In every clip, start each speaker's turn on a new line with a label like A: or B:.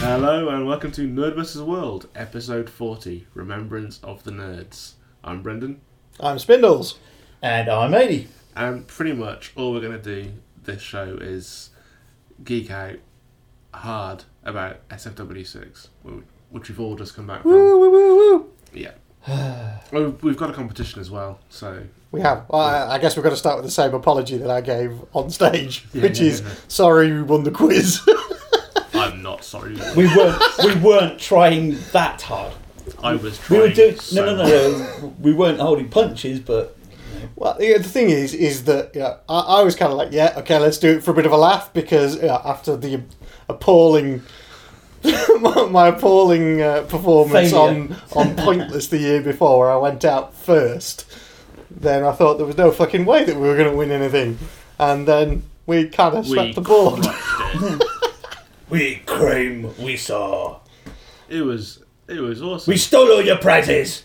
A: Hello and welcome to Nerd vs. World, episode 40 Remembrance of the Nerds. I'm Brendan,
B: I'm Spindles.
C: And I'm 80.
A: and pretty much all we're going to do this show is geek out hard about SFW6, wh- which we've all just come back from.
B: Woo, woo, woo, woo.
A: Yeah. Oh, we've got a competition as well, so
B: We have. Well, I, I guess we've got to start with the same apology that I gave on stage,
A: Yeah,
B: which
A: yeah,
B: is
A: yeah.
B: sorry we won the quiz.
A: I'm not sorry.
C: We weren't, we weren't trying that hard.
A: I was
C: We
A: trying.
C: were doing,
A: so
C: no, no, no,
A: hard.
C: no, we weren't holding punches, but
B: well, yeah, the thing is, is that you know, I, I was kind of like, yeah, okay, let's do it for a bit of a laugh because you know, after the appalling. my, my appalling uh, performance
C: Failure.
B: on on pointless the year before, where I went out first. Then I thought there was no fucking way that we were going to win anything, and then we kind of
A: We
B: swept the board.
A: crushed it.
C: we came, we saw,
A: It was it was awesome.
C: we stole all your prizes.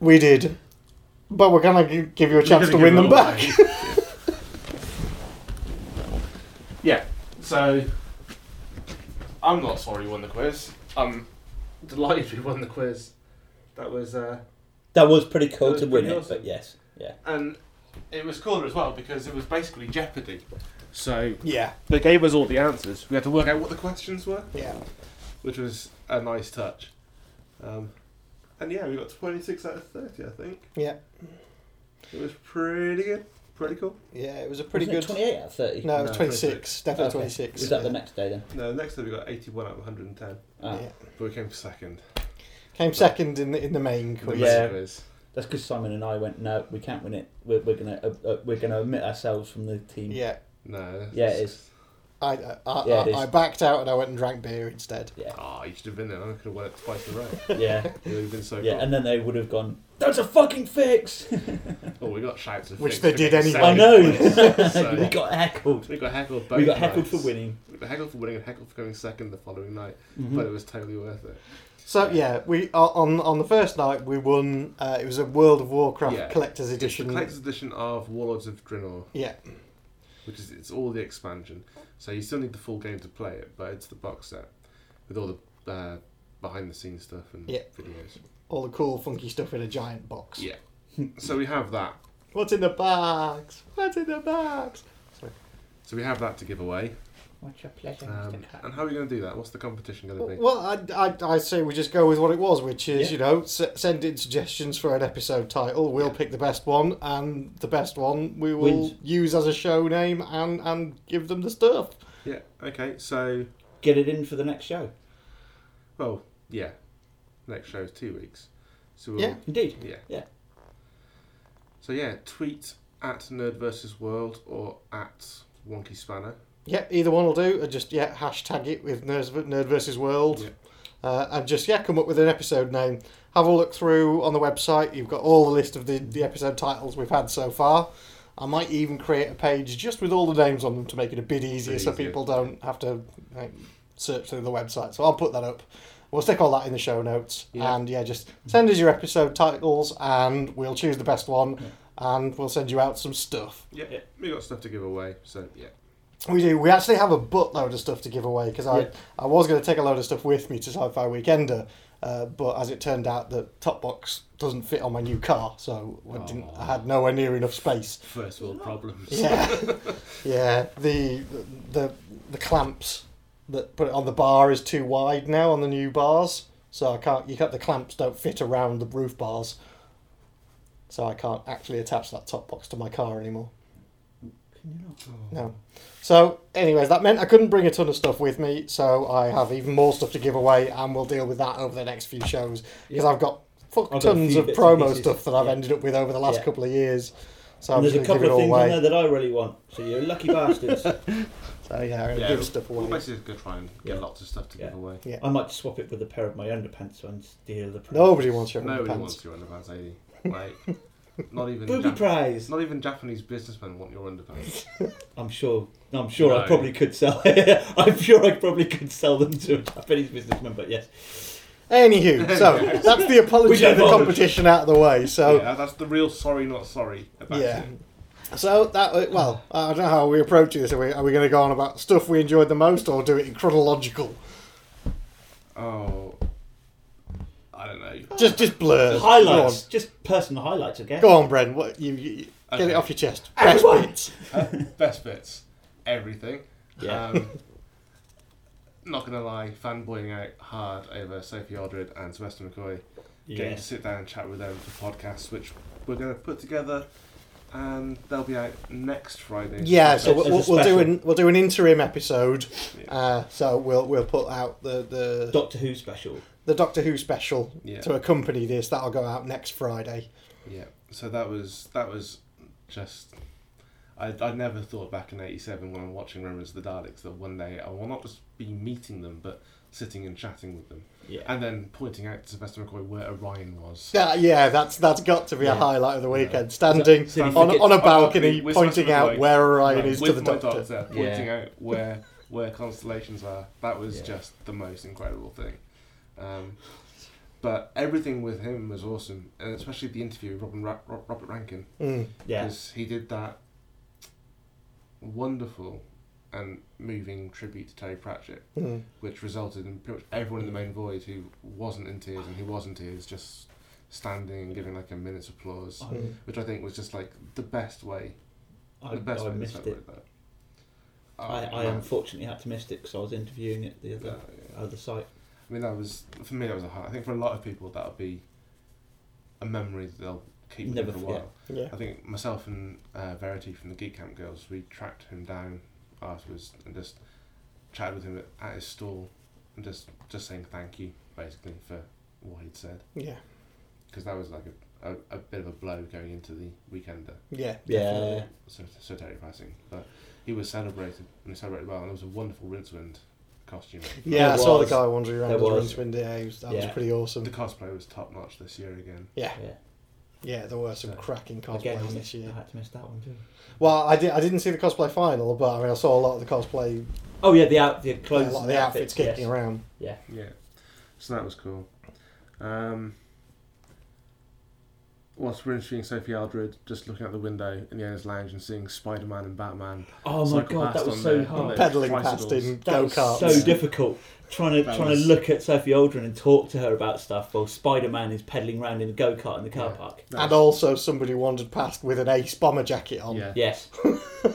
B: We did. But we're going to give you a
A: We're
B: chance to
A: gonna
B: win
A: give
B: them
A: it
B: back.
A: away. yeah. So I'm not sorry we won the quiz. I'm delighted we won the quiz. That was uh
C: That was pretty cool
A: That
C: to
A: was
C: win
A: pretty
C: it,
A: awesome.
C: but yes, yeah.
A: and it was cooler as well because it was basically Jeopardy. So
B: yeah,
A: they gave us all the answers. We had to work out what the questions were,
B: yeah.
A: which was a nice touch. Um, and yeah, we got 26 out of 30, I think.
B: Yeah.
A: It was pretty good. Pretty cool.
B: Yeah, it was a pretty
C: Wasn't
B: good.
C: it 28 out of 30.
B: No, it was
A: No,
B: 26.
A: 26.
B: Definitely
C: Okay.
B: 26.
C: Was that the
B: yeah.
C: next day then?
A: No, next time we got 81 out of 110,
C: Ah,
B: Yeah.
A: but we came second.
B: Came second in the, in the main
A: The
B: quiz.
C: Yeah.
A: main quiz.
C: That's because Simon and I went. No, we can't win it. We're, we're gonna uh, uh, we're gonna omit ourselves from the team.
B: Yeah.
A: No.
C: Yeah, it is.
B: I, I, I,
C: Yeah, it is.
B: I, I backed out and I went and drank beer instead.
A: Ah, you should have been there. I could have won it twice in a row.
C: yeah,
A: It would have been so
C: yeah.
A: cool.
C: And then they would have gone. That's a fucking fix.
A: Oh, we got shouts of
B: Which
A: things
B: they
A: for
B: did
A: getting
B: anyway.
C: I
A: second
C: know.
A: place. So,
C: we got heckled.
A: we got heckled both
C: We got heckled for
A: nights.
C: winning.
A: We got heckled for winning and heckled for going second the following night,
C: Mhm.
A: but it was totally worth it.
B: So, yeah, we uh, on on the first night, we won. Uh, it was a World of Warcraft
A: Yeah.
B: Collector's
A: It's the
B: Edition.
A: collector's edition of Warlords of Draenor,
B: Yeah,
A: which is it's all the expansion. So you still need the full game to play it, but it's the box set with all the uh, behind the scenes stuff and
B: Yeah.
A: videos.
B: all the cool, funky stuff in a giant box.
A: Yeah. so we have that.
B: What's in the box? What's in the box?
A: So we have that to give away.
C: What's your pleasure,
A: Um, and how are we going to do that? What's the competition going to be?
B: Well, I, I, I say we just go with what it was, which is,
C: Yeah.
B: you know, s- send in suggestions for an episode title. We'll pick the best one, and the best one we will
C: Wins.
B: use as a show name and, and give them the stuff.
A: Yeah. Okay. So,
C: Get it in for the next show.
A: well, yeah. Next show is two weeks. So we'll,
B: Yeah.
C: Indeed.
A: Yeah.
C: Yeah.
A: So yeah, tweet at Nerd versus World or at Wonky Spanner.
B: Yeah, either one will do. Or just, yeah, hashtag it with Nerds, Nerd versus World.
A: Yeah.
B: Uh, and just, yeah, come up with an episode name. Have a look through on the website. You've got all the list of the, the episode titles we've had so far. I might even create a page just with all the names on them to make it a bit easier so
A: easier.
B: people don't have to like, search through the website. So I'll put that up. We'll stick all that in the show notes.
A: Yeah.
B: And yeah, just send us your episode titles and we'll choose the best one and we'll send you out some stuff.
A: Yeah,
C: Yeah.
A: we got stuff to give away, so yeah.
B: We do. We actually have a buttload of stuff to give away because I,
C: Yeah.
B: I was going to take a load of stuff with me to Sci-Fi Weekender, uh, but as it turned out, the top box doesn't fit on my new car, so I, didn't, I had nowhere near enough space.
A: First world problems.
B: Yeah, yeah. The, the the clamps that put it on the bar is too wide now on the new bars, so I can't. You can't. The clamps don't fit around the roof bars, so I can't actually attach that top box to my car anymore.
C: Can you not?
B: No. So, anyways, that meant I couldn't bring a ton of stuff with me, so I have even more stuff to give away, and we'll deal with that over the next few shows because
C: Yeah.
B: I've got fuck
C: I've got a
B: tons
C: few
B: of
C: bits and
B: promo
C: pieces.
B: stuff that I've
C: Yeah.
B: ended up with over the last
C: Yeah.
B: couple of years. So I'm
C: And
B: just
C: there's a
B: going to give
C: couple
B: it
C: of
B: all
C: things in there
B: away.
C: that I really want. So you're lucky bastards.
B: So yeah, I'm going to
A: Yeah,
B: give stuff
A: We're
B: away.
A: basically going to try and get
C: Yeah.
A: lots of stuff to
C: Yeah.
A: give away.
C: I might swap it with a pair of my underpants and steal the prize.
B: Nobody wants your
A: Nobody wants
B: pants.
A: your underpants, Amy. Like, not even
C: Booby
A: Jap-
C: prize.
A: not even Japanese businessmen want your underpants.
C: I'm sure. I'm sure
A: No.
C: I probably could sell. I'm sure I probably could sell them to a Japanese businessman. But yes.
B: Anywho, so that's the
C: We
B: apology
C: don't
B: of the
C: bother.
B: competition out of the way. So
A: yeah, that's the real sorry, not sorry. About
B: Yeah.
A: It.
B: So that uh, well, I don't know how we approach this. Are we, are we going to go on about stuff we enjoyed the most, or do it in chronological?
A: Oh, I don't know.
B: Just just blur
D: Highlights, just personal highlights, I guess.
B: Uh, Go on, go on Bren. What you, you you- get
A: Okay.
B: it off your chest? Best
D: Everyone.
B: bits.
A: Uh, best bits, everything.
C: Yeah.
A: Um, not gonna lie, fanboying out hard over Sophie Aldred and Sylvester McCoy. Getting
D: Yeah.
A: to sit down and chat with them for podcasts, which we're gonna put together, and they'll be out next Friday.
B: Yeah. So
C: It's-
B: we'll,
C: it's a
B: we'll, we'll do
C: special.
B: an we'll do an interim episode.
A: Yeah.
B: Uh, so we'll we'll put out the the,
D: Doctor Who special.
B: the Doctor Who special
A: Yeah.
B: to accompany this. That'll go out next Friday.
A: Yeah. So that was that was just. I, I never thought back in '87 when I'm watching Remembrance of the Daleks that one day I will not just be meeting them, but sitting and chatting with them,
D: Yeah.
A: and then pointing out to Sylvester McCoy where Orion was.
B: Yeah, yeah. That's that's got to be a
D: Yeah.
B: highlight of the weekend. Standing
D: So- so
B: on,
D: you
B: on a
A: forget-
B: balcony,
A: With
B: pointing
A: Sylvester
B: out
A: McCoy.
B: where Orion
A: Right,
B: is to
A: with
B: the
A: my
B: Doctor.
A: pointing
C: Yeah.
A: out where where constellations are. That was
C: Yeah.
A: just the most incredible thing. Um, but everything with him was awesome, and especially the interview with Robin Ra- Ro- Robert Rankin
B: Mm.
D: Yeah.
A: because he did that wonderful and moving tribute to Terry Pratchett,
B: Mm.
A: which resulted in pretty much everyone in the main void who wasn't in tears and who was in tears just standing and giving like a minute's applause,
D: I,
B: Mm.
A: which I think was just like the best way
D: I,
A: the best
D: I
A: way to
D: missed
A: celebrate
D: it.
A: That.
C: I, I
A: man.
C: unfortunately had to miss it because I was interviewing at the
A: Yeah,
C: other
A: Um, yeah.
C: other site.
A: I mean, that was for me. That was a hard. I think for a lot of people, that'll be a memory that they'll keep with them
C: Never
A: for a
C: forget.
A: while.
B: Yeah.
A: I think myself and uh, Verity from the Geek Camp Girls, we tracked him down afterwards and just chatted with him at, at his stall and just just saying thank you basically for what he'd said
B: Yeah.
A: because that was like a, a, a bit of a blow going into the weekender.
B: Yeah.
C: Yeah,
A: so, so terribly passing. But he was celebrated and he celebrated well, and there was a wonderful Rincewind costume.
B: Yeah,
C: There
B: I saw the
C: was.
B: guy wandering around
C: There
B: as a
C: was.
B: Rincewind. Yeah, he was, that was
C: Yeah.
B: pretty
A: The
B: awesome.
A: cosplay was top notch this year again.
B: Yeah,
C: yeah.
B: yeah, there were some
A: So,
B: cracking
C: Again, I,
B: cosplays
C: missed,
B: this year.
C: I had to miss that one too.
B: Well, I, did, I didn't see the cosplay final, but I mean, I saw a lot of the cosplay,
C: Oh yeah, the out, the
B: a
C: clothes,
B: lot of
C: and
B: the outfits
C: yes.
B: kicking around.
C: Yeah,
A: Yeah, so that was cool. Um, whilst we're interviewing Sophie Aldred, just looking out the window in the owner's lounge and seeing Spider Man and Batman.
C: Oh my
A: cycle
C: god,
A: past
C: that was
A: on
C: so
A: their- on
C: hard.
A: their
B: Pedaling past
A: tricycles.
B: in
C: That
B: go
C: was
B: karts.
C: so difficult. Trying to
A: That
C: trying
A: was-
C: to look at Sophie Aldrin and talk to her about stuff while Spider Man is pedaling around in a go kart in the car
A: Yeah.
C: park.
B: And also, somebody wandered past with an Ace bomber jacket on.
A: Yeah.
C: Yes.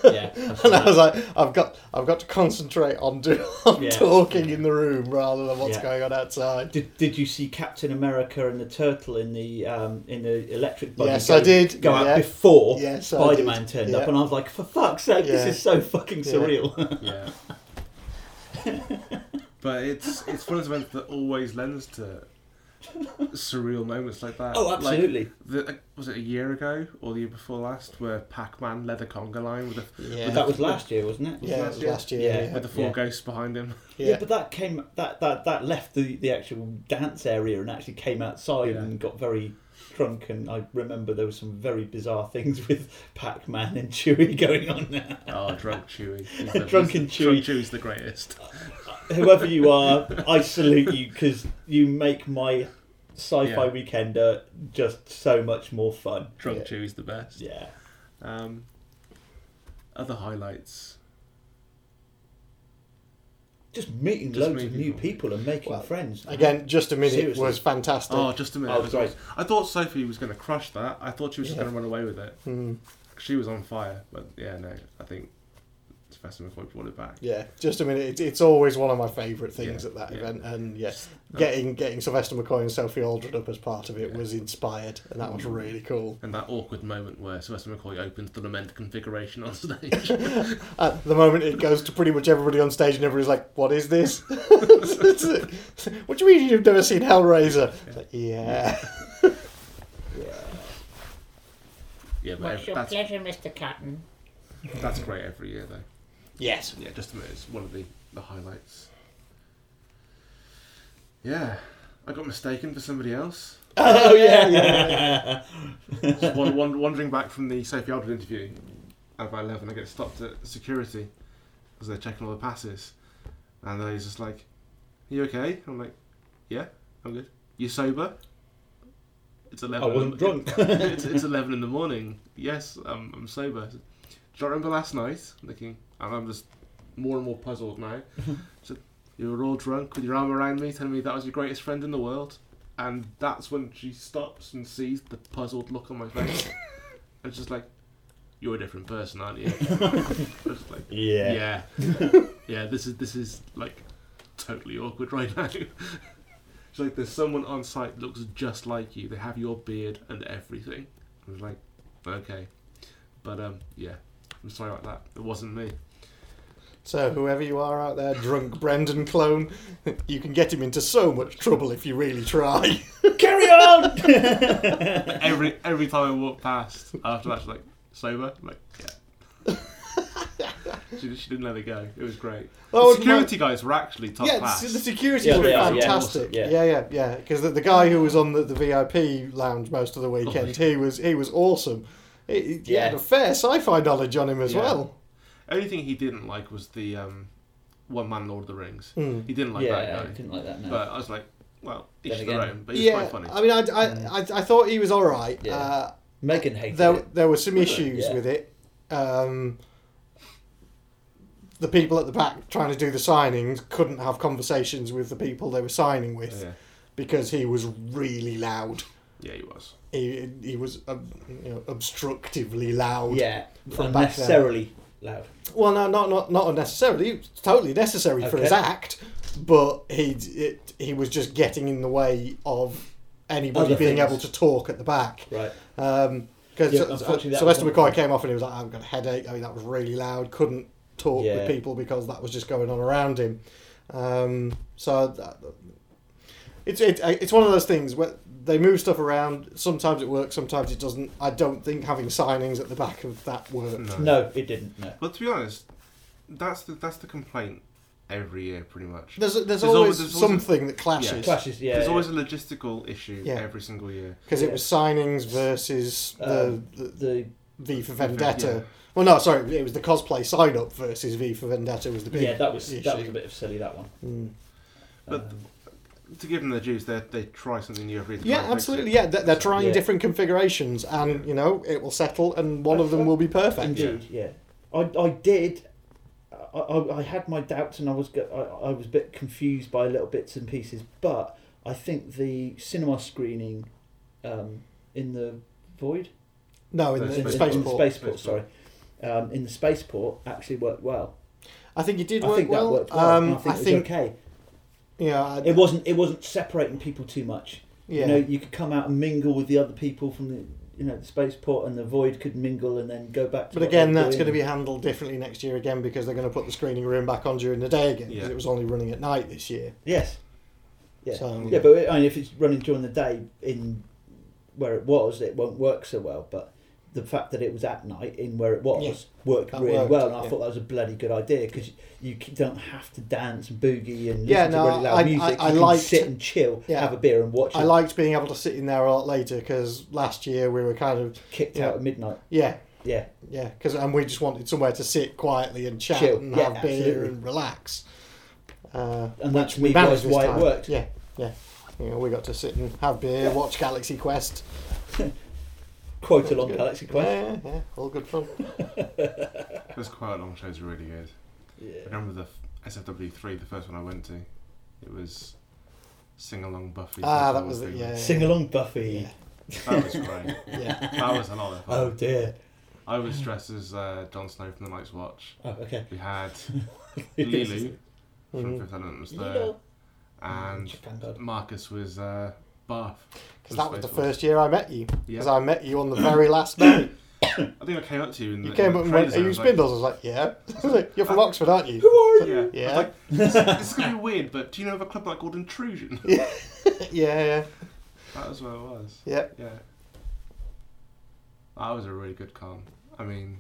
C: yeah. that's
B: And I was
C: right.
B: like, I've got, I've got to concentrate on, do, on
C: Yeah.
B: talking in the room rather than what's
C: Yeah.
B: going on outside.
C: Did, did you see Captain America and the Turtle in the um, in the electric buggy?
B: Yes,
C: go-
B: I did.
C: Go
B: Yeah.
C: out before
B: Yes, I did.
C: Spider Man turned
B: Yeah.
C: up, and I was like, "For fuck's sake,
B: Yeah.
C: this is so fucking
B: Yeah.
C: surreal."
A: Yeah. but it's it's one of those events that always lends to surreal moments like that.
C: oh,
A: Like,
C: absolutely.
A: the, like, was it a year ago or the year before last where Pac-Man led the conga line with the
B: Yeah,
C: that was last year, wasn't it?
B: yeah, it was
A: Yeah.
B: last year.
C: Yeah.
B: Yeah,
A: with the four
C: Yeah.
A: ghosts behind him?
B: yeah.
C: Yeah. but that came that, that that left the the actual dance area and actually came outside
A: Yeah.
C: and got very drunk. And I remember there were some very bizarre things with Pac Man and Chewie going on there.
A: Oh, drunk Chewy.
C: Drunk and Chewy.
A: Drunk Chewy's the greatest.
C: Whoever you are, I salute you because you make my sci-fi
A: Yeah.
C: weekender just so much more fun.
A: Drunk
B: Yeah.
A: Chewy's the best.
C: Yeah,
A: Um, other highlights.
C: just meeting
A: Just
C: loads of
A: meeting
C: new
A: people.
C: people and making
B: Well,
C: friends.
B: Again, just a minute
C: Seriously.
B: was fantastic.
A: Oh, just a minute.
C: Oh, great.
A: I thought Sophie was going to crush that. I thought she was just
B: Yeah.
A: going to run away with it.
B: Mm.
A: She was on fire, but yeah, no. I think Sylvester McCoy brought it back.
B: Yeah, just a minute. It's, it's always one of my favourite things
A: Yeah,
B: at that
A: yeah.
B: event, and yes, getting getting Sylvester McCoy and Sophie Aldred up as part of it
A: Yeah.
B: was inspired, and that was really cool.
A: And that awkward moment where Sylvester McCoy opens the lament configuration on stage.
B: At the moment, it goes to pretty much everybody on stage, and everybody's like, "What is this? what do you mean you've never seen Hellraiser?" It's like, yeah,
A: yeah, but
E: What's
A: ev-
E: your
A: that's,
E: pleasure, Mr. Cotton?
A: that's great every year though.
B: yes,
A: Yeah, just a minute. It's one of the, the highlights. Yeah, I got mistaken for somebody else.
C: oh yeah,
A: Just wan- wan- wandering back from the Sophie Aldred interview at about 11, I get stopped at security because they're checking all the passes. And then he's just like, Are you okay? I'm like, Yeah. I'm good. You're sober. It's
C: I
A: eleven.
C: wasn't
A: in-
C: drunk.
A: it's, it's eleven in the morning. Yes, I'm, I'm sober. Do you remember last night? Thinking, and I'm just more and more puzzled now. so you were all drunk with your arm around me, telling me that was your greatest friend in the world, and that's when she stops and sees the puzzled look on my face. it's just like, you're a different person, aren't you? just like,
C: yeah.
A: yeah, yeah. This is this is like totally awkward right now. it's like there's someone on site that looks just like you. They have your beard and everything. I was like, okay, but um, yeah. I'm sorry about that. It wasn't me.
B: So whoever you are out there, drunk Brendan clone, you can get him into so much trouble if you really try.
C: Carry on.
A: Every every time I walk past after that, she's like sober. I'm like yeah. she, she didn't let it go. It was great.
B: Oh,
A: the security guys were actually top
B: yeah,
A: class.
B: the, the security
C: Yeah,
B: were
C: they are, yeah,
B: fantastic.
C: awesome,
B: yeah,
C: yeah.
B: yeah, yeah. Because the, the guy who was on the, the VIP lounge most of the weekend, he was he was awesome. He, he he had
C: Yeah.
B: a fair sci-fi knowledge on him as
A: Yeah.
B: well.
A: Only thing he didn't like was the um, one man Lord of the Rings.
B: Mm.
A: He didn't like
C: yeah,
A: that
C: I
A: guy.
C: didn't like that. No.
A: But I was like, well, each
C: Then
A: to their
C: again-
A: own. But it's
B: Yeah,
A: quite funny.
B: I mean, I, I, I, I thought he was all right.
C: Yeah.
B: Uh,
C: Megan hated
B: there,
C: it.
B: there were some issues
C: Yeah.
B: with it. Um, the people at the back trying to do the signings couldn't have conversations with the people they were signing with
A: yeah.
B: because he was really loud.
A: yeah, he was.
B: He, he was um, you know, obstructively loud.
C: Yeah,
B: From back there.
C: unnecessarily loud.
B: Well, no, not not not unnecessarily. It was totally necessary for
C: Okay.
B: his act, but he it, he was just getting in the way of anybody
C: Other
B: being
C: things.
B: able to talk at the back.
C: Right.
B: Um, because
C: Yeah, unfortunately, that
B: Sylvester
C: was
B: McCoy came off and he was like, "I've got a headache." I mean, that was really loud. Couldn't talk
C: Yeah.
B: with people because that was just going on around him. Um, so that, it's it, uh, it's one of those things where they move stuff around. Sometimes it works, sometimes it doesn't. I don't think having signings at the back of that worked.
A: No.
C: No, it didn't. No.
A: But to be honest, that's the that's the complaint every year, pretty much.
B: There's, there's,
A: There's
B: always,
A: always- there's always-
B: something that clashes
C: Clashes. Yeah.
A: There's
C: yeah.
A: always a logistical issue
B: Yeah.
A: every single year.
B: because it was signings versus the,
C: Um,
B: the
C: the
B: V for Vendetta. Well, no, sorry, it was the cosplay sign up versus V for Vendetta was the big
C: yeah that was
B: issue.
C: that was a bit of silly that one.
B: Mm.
A: But
C: Um,
A: To give them their dues, they they try something new every.
B: Yeah, absolutely. Yeah, they're, they're trying
C: Yeah.
B: different configurations, and you know it will settle, and one of them will be perfect.
C: Indeed, yeah. I, I did. I, I, I had my doubts and I was go- I, I was a bit confused by little bits and pieces, but I think the cinema screening um, in the void
B: No, in the, in the
A: Spaceport.
B: spaceport.
C: spaceport,
A: Spaceport.
C: sorry, um, in the spaceport actually worked well.
B: I think it did
C: I
B: work
C: think
B: well.
C: that worked well. and
B: Um, I
C: I think it was
B: think
C: okay.
B: yeah, I-
C: It wasn't it wasn't separating people too much.
B: yeah.
C: You know, you could come out and mingle with the other people from the you know the spaceport, and the void could mingle and then go back. to
B: but
C: what
B: again,
C: they were
B: that's
C: doing.
B: going to be handled differently next year again because they're going to put the screening room back on during the day again because
A: Yeah.
B: it was only running at night this year.
C: yes. Yeah.
B: So
A: Yeah.
C: Yeah, but I mean, if it's running during the day in where it was, it won't work so well. But the fact that it was at night in where it was
B: Yeah.
C: worked
B: That
C: really
B: worked,
C: well, and I
B: yeah.
C: thought that was a bloody good idea because you c- don't have to dance and boogie and listen
B: Yeah, no,
C: to really loud
B: I- I-
C: music.
B: I
C: you can
B: liked-
C: sit and chill,
B: Yeah.
C: have a beer and watch.
B: I
C: it.
B: liked being able to sit in there a lot later because last year we were kind of
C: kicked
B: yeah.
C: out at midnight.
B: yeah
C: Yeah,
B: Yeah, because and we just wanted somewhere to sit quietly and chat
C: Chill.
B: and
C: Yeah,
B: have beer
C: absolutely.
B: and relax. Uh,
C: and that's me.
B: managed
C: That's
B: this
C: why
B: time.
C: it worked.
B: Yeah, yeah. You know, we got to sit and have beer,
C: Yeah.
B: watch Galaxy Quest.
C: Quote along Galaxy Quest.
B: Yeah, yeah, all good fun.
A: It was quite a long show's really good.
C: Yeah.
A: I remember the SFW three, the first one I went to. It was sing along Buffy.
B: Ah, that
A: Buffy
B: was it,
A: thing.
B: yeah.
C: Sing along, Buffy.
A: That was great.
B: Yeah,
A: that was a lot of fun.
C: Oh dear.
A: I was dressed as uh, Jon Snow from The Night's Watch.
C: Oh, okay.
A: We had Lulu from
B: Mhm.
A: Fifth Element was there,
C: Lilo.
A: and
C: Chicken
A: Marcus was uh, Bath.
B: because that was the first year I met you. Because
A: Yeah.
B: I met you on the very last night.
A: I think I came up to you in the.
B: You came
A: in the
B: up and went,
A: trailers and
B: "Are
A: I
B: you
A: was
B: Spindles?" I was like, "Yeah." I was like, You're from Oxford, aren't you?
A: Like, yeah. I
B: Yeah.
A: was like, this, this is gonna be weird, but do you know of a club like called Intrusion?
B: yeah, yeah,
A: That was where it was.
B: yeah.
A: Yeah. That was a really good con. I mean,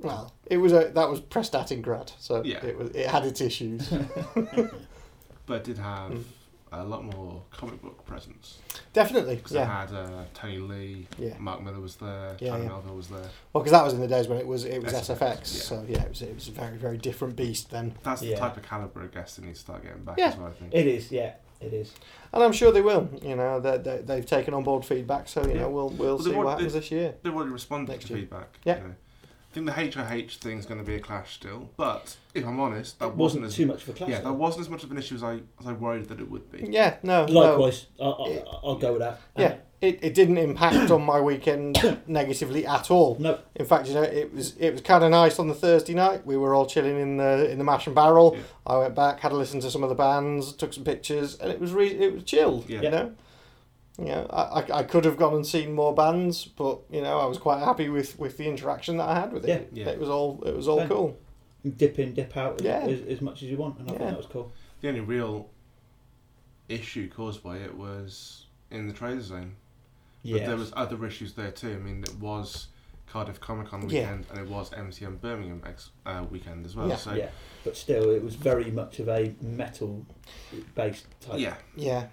B: Well, it was a that was Prestatingrad, so
A: Yeah.
B: it was it had its issues.
A: but it did have
B: Mm.
A: a lot more comic book presence
B: Definitely,
A: because
B: yeah,
A: it had uh, Tony Lee,
B: yeah.
A: Mark Miller was there,
B: Yeah,
A: Charlie
B: yeah.
A: Melville was there.
B: Well, because that was in the days when it was it was SFX,
A: SFX, yeah.
B: so yeah, it was it was a very very different beast then.
A: That's the
C: Yeah.
A: type of caliber of guest that needs to start getting back
B: Yeah.
A: as well. I think.
C: It is, yeah. It is.
B: And I'm sure they will. You know, they, they, they've taken on board feedback, so you
A: Yeah.
B: know we'll we'll
A: Well, they
B: see
A: want-
B: what happens this year.
A: They've already responded
B: Next
A: to
B: year.
A: feedback.
B: Yeah.
A: You know. I think the HIH thing's going to be a clash still, but if I'm honest, that
C: That wasn't,
A: as
C: too much of a clash.
A: yeah, that
C: though.
A: wasn't as much of an issue as I as I worried that it would be.
B: Yeah, no, no.
C: Likewise, I, I, I'll go with that.
B: Yeah, it, it didn't impact on my weekend negatively at all.
C: No,
B: In fact, you know, it was it was kind of nice on the Thursday night. We were all chilling in the in the mash and barrel.
A: Yeah.
B: I went back, had a listen to some of the bands, took some pictures, and it was re- it was chilled.
A: Yeah.
B: You know, you know, I, I- I could have gone and seen more bands, but you know, I was quite happy with, with the interaction that I had with it.
A: Yeah. Yeah.
B: It was all it was all
C: Same.
B: cool.
C: dip in, dip out
B: Yeah.
C: as, as much as you want, and I
B: Yeah.
C: think that was cool.
A: The only real issue caused by it was in the trader zone. But
C: Yeah,
A: there was other issues there too. I mean, it was Cardiff Comic Con
B: Yeah.
A: weekend and it was MCM Birmingham ex- uh, weekend as well.
B: Yeah.
A: So
C: yeah, but still, it was very much of a metal-based type,
A: yeah,
B: Yeah,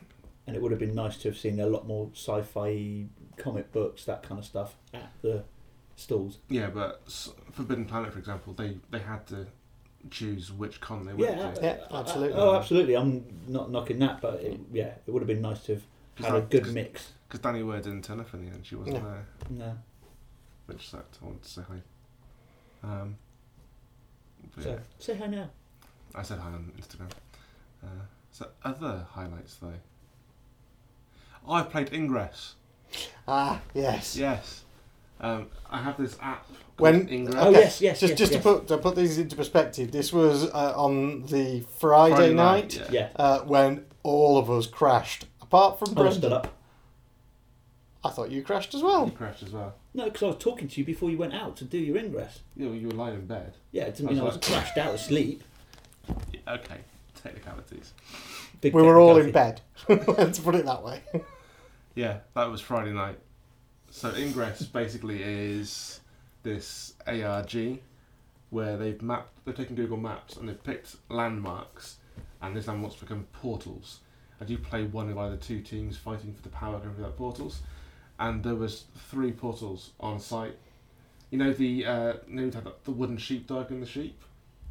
C: and it would have been nice to have seen a lot more sci-fi comic books, that kind of stuff, at the stalls.
A: yeah, but s- Forbidden Planet, for example, they they had to choose which con they went
C: Yeah,
A: to.
B: Yeah, absolutely.
C: Oh, absolutely. I'm not knocking that, but it, yeah, it would have been nice to have had a good mix.
A: Because Danny Ware didn't turn up in the end, she wasn't
B: No.
A: there,
C: No,
A: which sucked. I wanted to say hi. Um, but
C: so
A: yeah,
C: say hi now.
A: I said hi on Instagram. Uh, so other highlights though. I played Ingress.
B: ah yes.
A: Yes. Um, I have this app called
B: When-
A: Ingress.
C: Oh
B: Okay.
C: yes, yes,
B: just
C: yes,
B: just
C: yes.
B: to put to put these into perspective, this was uh, on the Friday, night
A: yeah.
C: yeah,
B: uh, when all of us crashed, apart from
C: I was
B: Brendan.
C: still up.
B: I thought you crashed as well.
A: You crashed as well.
C: No, because I was talking to you before you went out to do your ingress.
A: Yeah, well, you were lying in bed.
C: Yeah, it didn't mean I was
A: That's
C: crashed out asleep.
A: Yeah, okay, technicalities.
C: Big
B: We were all in
C: technicality.
B: bed. Let's put it that way.
A: Yeah, that was Friday night. So Ingress basically is this ARG where they've mapped, they've taken Google Maps and they've picked landmarks, and these landmarks become portals. And you play one of either two teams fighting for the power going through that portals. And there was three portals on site. You know the uh, you know, you'd have the wooden sheepdog and the sheep.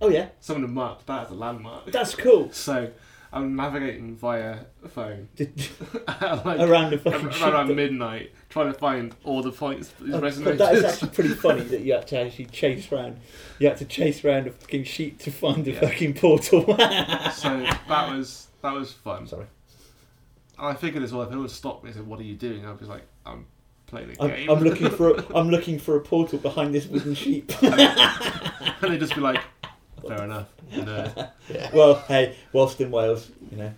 C: Oh yeah,
A: Someone had marked that as a landmark.
C: that's cool.
A: So I'm navigating via phone
C: Did-
A: like,
C: around the fucking
A: around,
C: sheep.
A: midnight, trying to find all the points that
C: Oh,
A: resonators.
C: but that is actually pretty funny that you had to actually chase round. You had to chase round a fucking sheep to find a
A: Yeah.
C: fucking portal.
A: so that was that was fun.
C: I'm sorry.
A: And I figured as well, if anyone stopped me and said, "What are you doing?" I was like, "I'm playing a
C: I'm,
A: game."
C: I'm looking for a, I'm looking for a portal behind this wooden sheep.
A: and they'd just be like, "Fair enough." nerd."
C: well, hey, whilst in Wales, you know.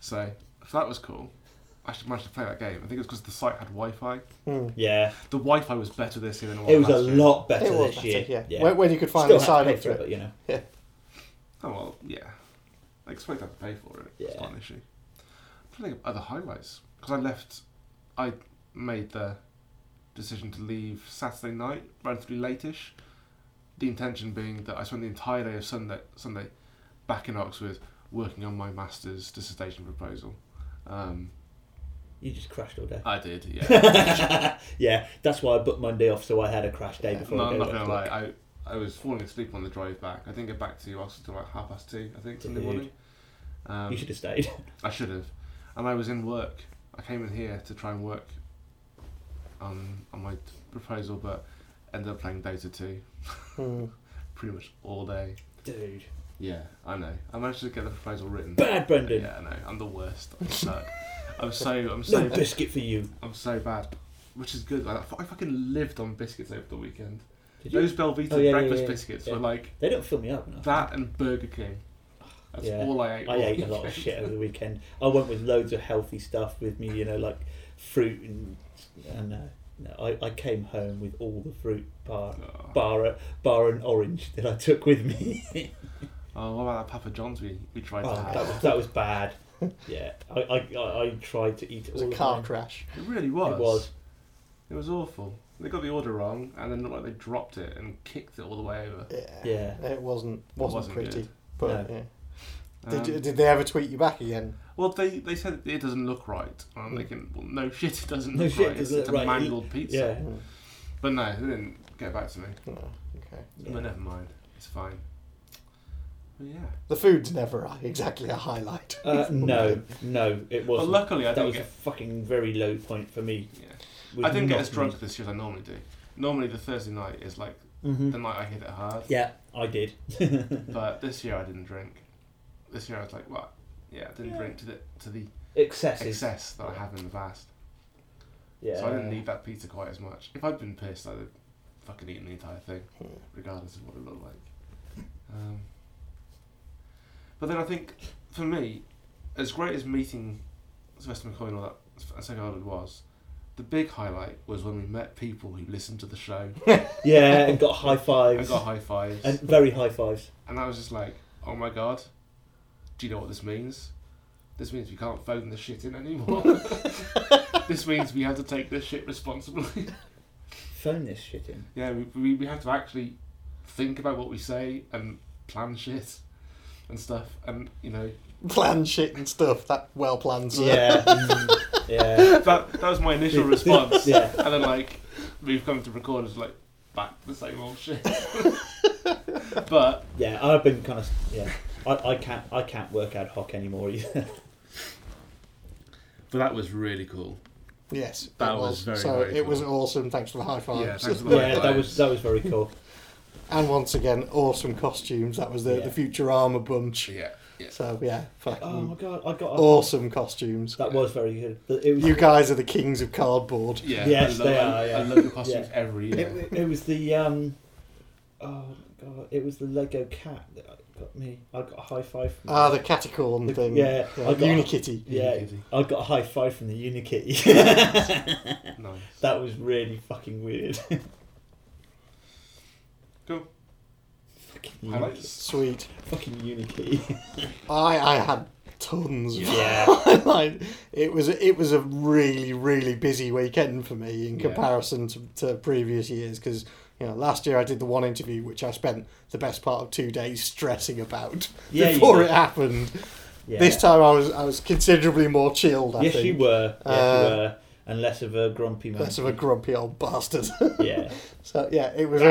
A: So, so that was cool. I should manage to play that game. I think it was because the site had Wi-Fi.
B: Hmm.
C: Yeah,
A: The Wi-Fi was better this year than
C: it was a
A: last year.
C: lot better
B: It was
C: this
B: better,
C: year.
B: yeah. When, when you could find
C: Still
B: the
C: had to
B: sign
C: pay
B: up
C: for
B: to
C: it,
B: it.
C: but, you know.
A: Oh well, yeah. I expect I have to pay for it. It's
C: Yeah.
A: not an issue. I'm trying to think of other highlights because I left. I made the decision to leave Saturday night, relatively late-ish. The intention being that I spent the entire day of Sunday, Sunday, back in Oxford, working on my master's dissertation proposal. Um,
C: You just crashed all day.
A: I did, yeah.
C: yeah, that's why I booked Monday off, so I had a crash day before.
A: no,
C: I
A: I'm
C: go
A: not
C: back
A: gonna
C: to work.
A: lie. I I was falling asleep on the drive back. I didn't get back to Oxford till like half past two. I think Sunday
C: Dude.
A: morning. Um,
C: You should have stayed.
A: I should have. And I was in work. I came in here to try and work on on my proposal, but ended up playing Dota 2
B: Hmm.
A: pretty much all day.
C: Dude.
A: Yeah, I know. I managed to get the proposal written.
C: Bad Brendan.
A: Yeah, I know. I'm the worst. I suck. I'm so I'm
C: No
A: so
C: biscuit for you.
A: I'm so bad. Which is good. I, I fucking lived on biscuits over the weekend.
C: Did you?
A: Those Belvita
C: Oh, yeah, yeah,
A: breakfast
C: yeah,
A: biscuits
C: yeah.
A: were like
C: They don't fill me up enough.
A: that and Burger King. That's
C: Yeah.
A: all I ate.
C: I
A: all
C: ate a lot of
A: weekend.
C: shit over the weekend. I went with loads of healthy stuff with me, you know, like fruit and and uh, no, I, I came home with all the fruit bar
A: Oh.
C: bar bar and orange that I took with me.
A: Oh, what about that Papa John's we, we tried
C: oh,
A: to have?
C: that was that was bad. Yeah, I I, I, I tried to eat it
B: It was
C: all
B: a
C: the
B: car
C: time.
B: crash.
A: It really was.
C: It was.
A: It was awful. They got the order wrong, and then looked like they dropped it and kicked it all the way over.
B: Yeah.
C: Yeah.
B: It wasn't
A: It
B: wasn't,
A: wasn't
B: pretty.
A: good.
B: But
C: No.
B: yeah.
A: Um,
B: did, you- did they ever tweet you back again?
A: well, they, they said it doesn't look right. And I'm
B: Mm.
A: thinking, well, no shit, it doesn't
C: No
A: look
C: shit,
A: right.
C: doesn't
A: it's
C: look
A: a
C: right.
A: mangled pizza.
C: Yeah.
B: Hmm.
A: But no, they didn't get back to me.
C: Uh,
B: No. Okay.
A: But never mind. It's fine. But yeah.
B: The food's never a- exactly a highlight.
C: Uh, no, no, it
A: Well,
C: wasn't.
A: luckily I
C: that
A: didn't
C: was a
A: get.
C: fucking very low point for me.
A: Yeah.
C: Was
A: I didn't get
C: not
A: as drunk this year as I normally do. Normally the Thursday night is like
C: me.
B: Mm-hmm.
C: Mhm.
A: the night I hit it hard.
C: Yeah, I did.
A: But this year I didn't drink. This year I was like, what? Yeah, I didn't
C: Yeah.
A: drink to the to the
C: Excessive.
A: excess that I have in the past.
C: Yeah.
A: So I didn't need that pizza quite as much. If I'd been pissed, I'd have fucking eaten the entire thing,
B: Hmm.
A: regardless of what it looked like. Um, but then I think, for me, as great as meeting Sylvester McCoy and all that at Sag Island was, the big highlight was when we met people who listened to the show
C: Yeah, and got high
A: and
C: fives.
A: got high fives.
C: And very high fives.
A: And I was just like, oh my god, do you know what this means? This means we can't phone this shit in anymore. this means we have to take this shit responsibly.
C: Phone this shit in.
A: yeah, we, we, we have to actually think about what we say and plan shit and stuff. And, you know,
B: Plan shit and stuff. That well planned. sir.
C: Yeah. mm, yeah.
A: that, that was my initial response.
C: Yeah.
A: And then, like, we've come to record, it's like, back the same old shit. but,
C: Yeah, I've been kind of yeah. I, I can't I can't work ad hoc anymore either.
A: but that was really cool.
B: Yes.
A: That
B: it
A: was
B: was,
A: very,
B: so.
A: very
B: it was
A: cool.
B: awesome. Thanks for the high fives.
A: Yeah, thanks for the
C: yeah, that was that was very cool.
B: And once again, awesome costumes. That was the
C: Yeah.
B: the Futurama bunch.
A: Yeah, yeah.
B: So yeah, fucking
C: Oh my god, I got a,
B: awesome costumes.
C: That was very good. But It was
B: You guys are the kings of cardboard.
A: Yeah,
C: Yes,
A: I love,
C: they
A: I-
C: are, yeah.
A: I love the costumes every year.
C: it, it was the um. Oh my god! It was the Lego cat that got me. I got a high five. From
B: Ah, the catacorn
C: The-
B: thing.
C: yeah, I got-
B: Unikitty.
C: yeah.
A: Unikitty.
C: I got a high five from the Unikitty.
A: Nice.
C: that was really fucking weird.
A: Cool.
C: Fucking Unikitty.
A: Highlights.
B: Sweet.
C: Fucking Unikitty.
B: I I had tons. Of
C: Yeah.
B: like it was it was a really really busy weekend for me in
A: Yeah.
B: comparison to, to previous years because you know last year I did the one interview which I spent the best part of two days stressing about
C: Yeah, you
B: before
C: did.
B: it happened.
C: Yeah.
B: This time I was I was considerably more chilled. I
C: yes,
B: think.
C: you were. Yes,
B: Uh,
C: you were. And less of a grumpy man.
B: Less of a grumpy old bastard.
C: yeah.
B: so yeah, it was all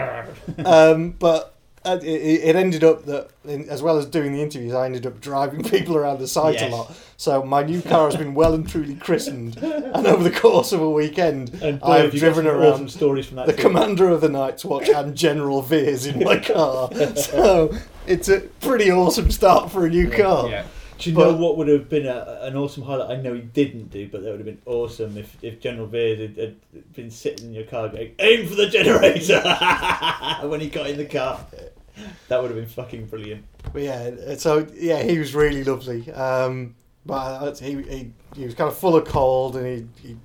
B: good. um, but uh, it, it it ended up that, in, as well as doing the interviews, I ended up driving people around the site
C: Yes.
B: a lot. So my new car has been well and truly christened, and over the course of a weekend,
C: And boy,
B: I
C: have
B: have
C: you got
B: driven
C: some
B: around
C: awesome stories from that.
B: the
C: too.
B: commander of the Night's Watch and General Veers in my car. so it's a pretty awesome start for a new car.
A: Yeah.
C: Do you
B: But-
C: know what would have been a, an awesome highlight? I know he didn't do, but that would have been awesome if, if General Veers had, had been sitting in your car going, aim for the generator when he got in the car. That would have been fucking brilliant.
B: But yeah, uh, so yeah, he was really lovely. Um, but uh, he, he he was kind of full of cold, and he, he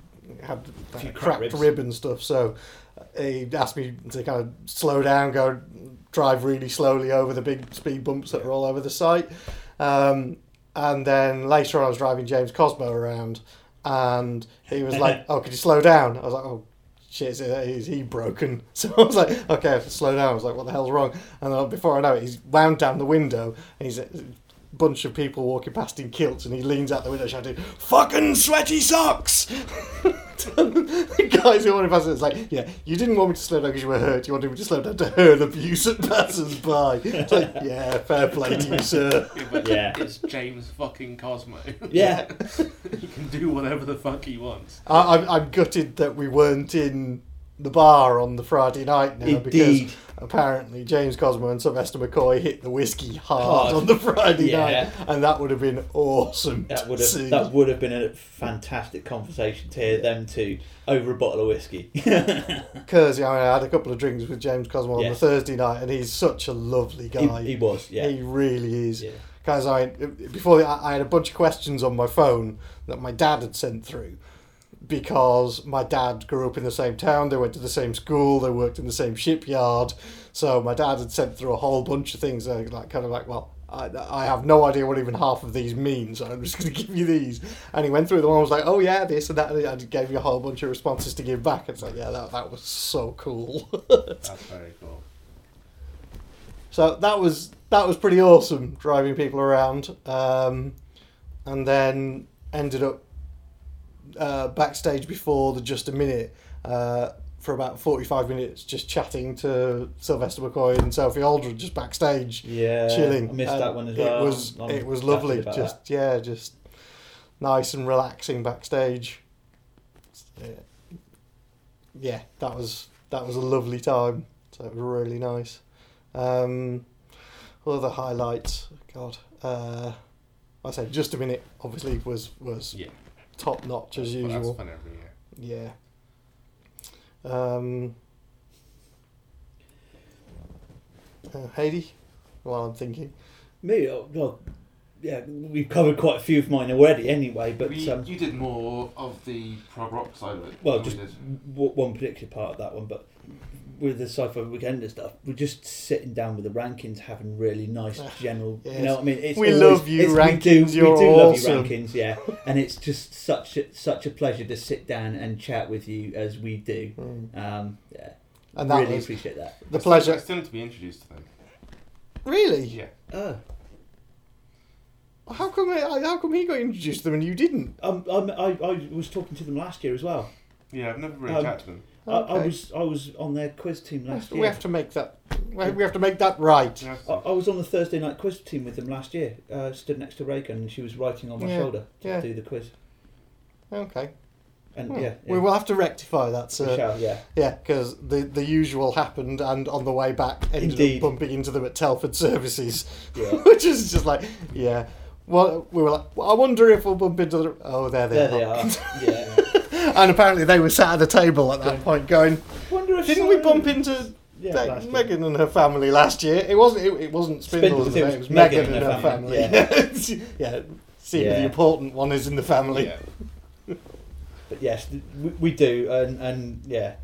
B: had
C: A few
B: that
C: cracked
B: cracked
C: ribs.
B: rib and stuff. So uh, he asked me to kind of slow down, go drive really slowly over the big speed bumps that were all over the site. Um, and then later on, I was driving James Cosmo around, and he was like, "Oh, could you slow down?" I was like, "Oh." Shit, is, is he broken? So I was like, okay, I have to slow down. I was like, what the hell's wrong? And then before I know it, he's wound down the window and he's a bunch of people walking past in kilts and he leans out the window shouting, fucking sweaty socks! the guys who wanted past it's like, yeah, you didn't want me to slow down because you were hurt. You wanted me to slow down to hurl abuse at passers-by. It's like, yeah, fair play to you, sir.
A: Yeah, but
C: Yeah.
A: It's James fucking Cosmo.
C: Yeah.
A: he can do whatever the fuck he wants.
B: I, I'm, I'm gutted that we weren't in the bar on the Friday night now
C: Indeed.
B: because apparently James Cosmo and Sylvester McCoy hit the whiskey hard,
C: Hard.
B: on the Friday
C: Yeah.
B: night, and that would have been awesome.
C: That
B: to
C: would have
B: see.
C: that would have been a fantastic conversation to hear them two over a bottle of whiskey.
B: Because I, mean, I had a couple of drinks with James Cosmo on the
C: Yes.
B: Thursday night, and he's such a lovely
C: he,
B: guy.
C: he was, yeah.
B: He really is.
C: Yeah.
B: Because I before that, I had a bunch of questions on my phone that my dad had sent through because my dad grew up in the same town, they went to the same school, they worked in the same shipyard. So my dad had sent through a whole bunch of things that are like kind of like, well, I, I have no idea what even half of these mean, so I'm just going to give you these. And he went through them and was like, oh yeah, this and that, and I just gave you a whole bunch of responses to give back. It's like, yeah, that, that was so cool.
A: That's very cool.
B: So that was that was pretty awesome driving people around, um, and then ended up uh, backstage before the just a minute. Uh, for about 45 minutes just chatting to Sylvester McCoy and Sophie Aldred just backstage.
C: Yeah,
B: chilling.
C: I missed
B: and
C: that one as
B: it
C: well.
B: Was,
C: I'm
B: it was
C: gutted
B: lovely.
C: about
B: Just yeah, just nice and relaxing backstage. Yeah. Yeah, that was that was a lovely time. So it was really nice. Um, other highlights. God, uh, I say just a minute. Obviously, was was
A: Yeah.
B: top notch as
A: But that's
B: usual.
A: fun every year.
B: Yeah. Um. Uh, Heidi, while I'm thinking.
C: Me, oh, well, yeah, we've covered quite a few of mine already anyway, but
A: We-
C: um,
A: you did more of the prog rock side of it.
C: well,
A: than
C: just
A: we did.
C: w- one particular part of that one, but with the sci-fi weekend and stuff, we're just sitting down with the rankings, having really nice
B: Ah,
C: general.
B: yes.
C: You know what I mean? It's
B: We
C: always-
B: love you,
C: it's-
B: rankings,
C: We do,
B: you're
C: we do
B: awesome.
C: love you, rankings. Yeah, and it's just such a, such a pleasure to sit down and chat with you as we do.
B: Mm.
C: Um, yeah,
B: And that
C: really
B: was
C: appreciate that.
B: the
A: I still- I
B: pleasure.
A: still need to be introduced to them.
B: Really?
A: Yeah.
C: Oh,
B: How come? uh, How come he got introduced to them and you didn't?
C: um, I'm, I, I was talking to them last year as well.
A: Yeah, I've never really
C: Um,
A: chatted to them.
C: I, I
B: Okay.
C: was I was on their quiz team last
B: we
C: year.
B: have to make that. We have to make that right.
A: Yeah,
C: I, I was on the Thursday night quiz team with them last year. Uh, stood next to Reagan, and she was writing on my
B: Yeah,
C: shoulder to
B: yeah.
C: do the quiz.
B: Okay.
C: And
B: Hmm.
C: yeah, yeah,
B: We will have to rectify that,
C: we
B: sir.
C: shall, yeah.
B: Yeah, because the the usual happened, and on the way back ended
C: Indeed.
B: up bumping into them at Telford Services,
C: yeah.
B: which is just like, yeah. Well, we were like, well, I wonder if we'll bump into the. Oh, there they
C: There
B: are.
C: they are. Yeah.
B: And apparently they were sat at a table at that point, going,
C: Wonder if
B: "Didn't we bump into
C: yeah,
B: Like,
C: last year.
B: Megan and her family last year. It wasn't. It, it wasn't Spindle.
C: Spindle,
B: was
C: it
B: it?
C: was
B: It was Megan, and her family. Yeah. See who the
C: Yeah.
B: important one is in the
C: oh,
B: family.
A: yeah.
C: But yes, th- we, we do, and and yeah.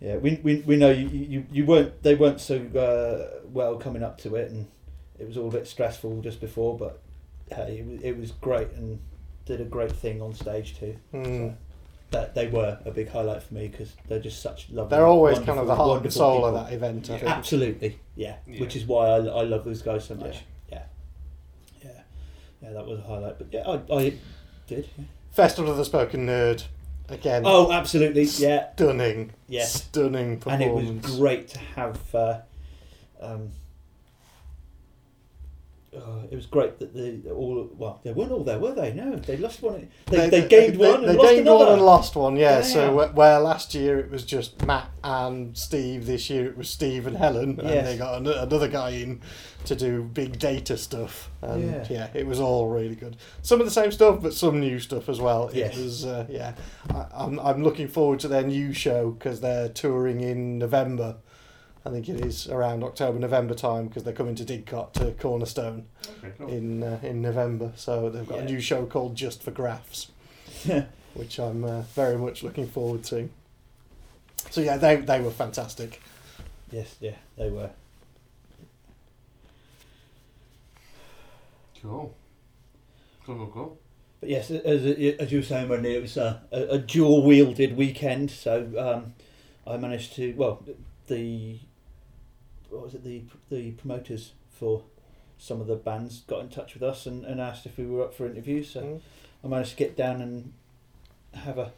C: Yeah, we, we, we know you, you, you weren't they weren't so uh, well coming up to it, and it was all a bit stressful just before. But hey, it was, it was great and did a great thing on stage too.
B: Mm.
C: That they were a big highlight for me because they're just such lovely.
B: They're always kind
C: wonderful-
B: of the heart and
C: wonderful
B: soul
C: people.
B: of that event. I
A: Yeah.
B: think.
C: Absolutely, yeah.
A: Yeah.
C: Which is why I, I love those guys so
B: Yeah.
C: much. Yeah. yeah, yeah, That was a highlight, but yeah, I, I did. yeah.
B: Festival of the Spoken Nerd, again.
C: Oh, absolutely, yeah,
B: stunning.
C: yes.
B: Stunning
C: And it
B: performance.
C: was great to have. Uh, um, uh, it was great that the all well they weren't all there were they no they lost one they, they, gained
B: they-
C: one and
B: they
C: lost
B: gained
C: another
B: one and lost one. Yeah. So
C: Damn.
B: where, where last year it was just Matt and Steve, this year it was Steve and Helen,
C: Yes.
B: and they got an, another guy in to do big data stuff. And yeah.
C: Yeah.
B: it was all really good. Some of the same stuff, but some new stuff as well. It
C: Yes.
B: was uh, yeah. I, I'm I'm looking forward to their new show because they're touring in November. I think it is around October November time because they're coming to Didcot to Cornerstone
A: Okay, cool.
B: in uh, in November. So they've got
C: Oh. Yeah.
B: a new show called Just for Graphs, which I'm uh, very much looking forward to. So yeah, they they were fantastic.
C: yes yeah they were
A: Cool. Cool, cool, cool.
C: But yes, as, as you were saying, Wendy, it was a, a, a dual wielded weekend. So um, I managed to well the what was it the the promoters for some of the bands got in touch with us and, and asked if we were up for interviews. So
B: Mm.
C: I managed to get down and have a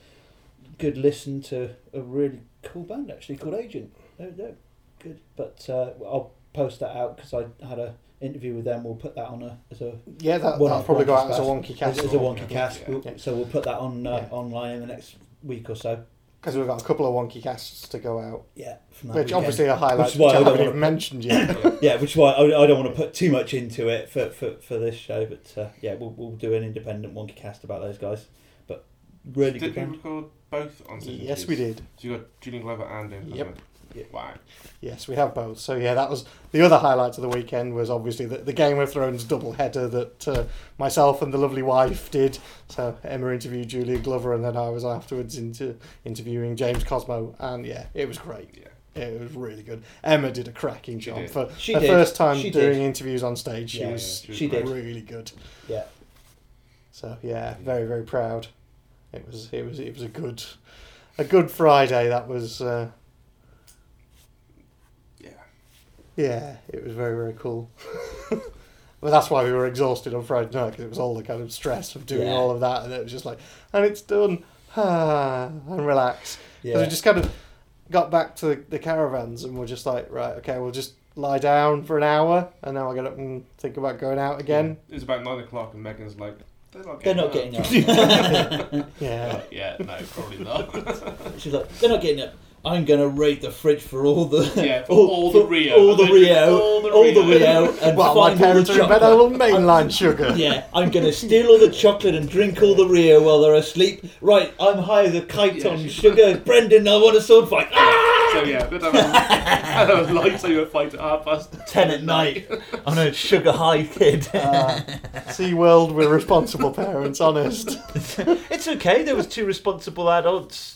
C: good listen to a really cool band actually called Agent. They're, they're good, but uh, I'll post that out because I had a interview with them. We'll put that on a as a
B: Yeah, that,
C: Well,
B: that'll probably go out as a
C: Wonky
B: wonky cast
C: it's a wonky cast,
A: Yeah.
C: We'll- so we'll put that on uh,
B: Yeah.
C: online in the next week or so.
B: because we've got a couple of wonky casts to go out,
C: Yeah, from that
B: which
C: weekend.
B: obviously are highlights
C: Which is why
B: which I
C: I don't
B: haven't
C: wanna
B: even mentioned yet.
C: yeah, which is why I, I don't want to put too much into it for, for, for this show, but uh, yeah, we'll, we'll do an independent wonky cast about those guys. But really
A: did we
C: good band.
A: record both on session
B: yes, we did.
A: So you got Julian Glover and David
B: Yep.
A: Letterman?
C: Yep.
A: Wow.
B: Yes, we have both. So yeah, that was the other highlight of the weekend was obviously the, the Game of Thrones double header that uh, myself and the lovely wife did. So Emma interviewed Julia Glover, and then I was afterwards into interviewing James Cosmo, and yeah, it was great.
A: Yeah.
B: It was really good. Emma did a cracking
A: She
B: job
A: did.
B: for
C: She
B: her
C: did.
B: first time
C: She
B: doing
C: did.
B: interviews on stage. She
C: Yeah,
B: was
A: yeah,
C: she
A: was
C: did.
A: great.
B: really good.
C: Yeah.
B: So yeah, very very proud. It was it was it was a good, a good Friday. That was. Uh,
A: Yeah.
B: Yeah, it was very, very cool. but that's why we were exhausted on Friday night because it was all the kind of stress of doing
C: Yeah.
B: all of that, and it was just like, and it's done. and relax. Because
F: Yeah.
B: we just kind of got back to the, the caravans and we're just like, right, okay, we'll just lie down for an hour and then I'll get up and mm, think about going out again.
A: It's about nine o'clock, and Megan's like, they're not
C: They're
A: getting
C: not
A: up.
C: getting up.
B: Yeah.
A: Like, yeah, no, probably not.
C: She's like, they're not getting up. I'm gonna raid the fridge for all the
A: Yeah, for all the Rio.
C: all the
A: I'm gonna drink
C: Rio,
A: all the
C: all the
A: Rio.
C: Rio, and
B: Well, my
C: find all the
B: parents are in bed, I
C: chocolate.
B: will mainline sugar.
C: Yeah, I'm gonna steal all the chocolate and drink all the Rio while they're asleep. Right, I'm high as a kite
A: Yeah,
C: on
A: she-
C: sugar. Brendan, I want a sword fight. Ah!
A: so yeah, they'd have a, I'd have a lightsaber fight at half past
C: Ten at night. I'm a sugar high kid.
B: Uh, SeaWorld, we're responsible parents, honest.
C: It's okay. There was two responsible adults.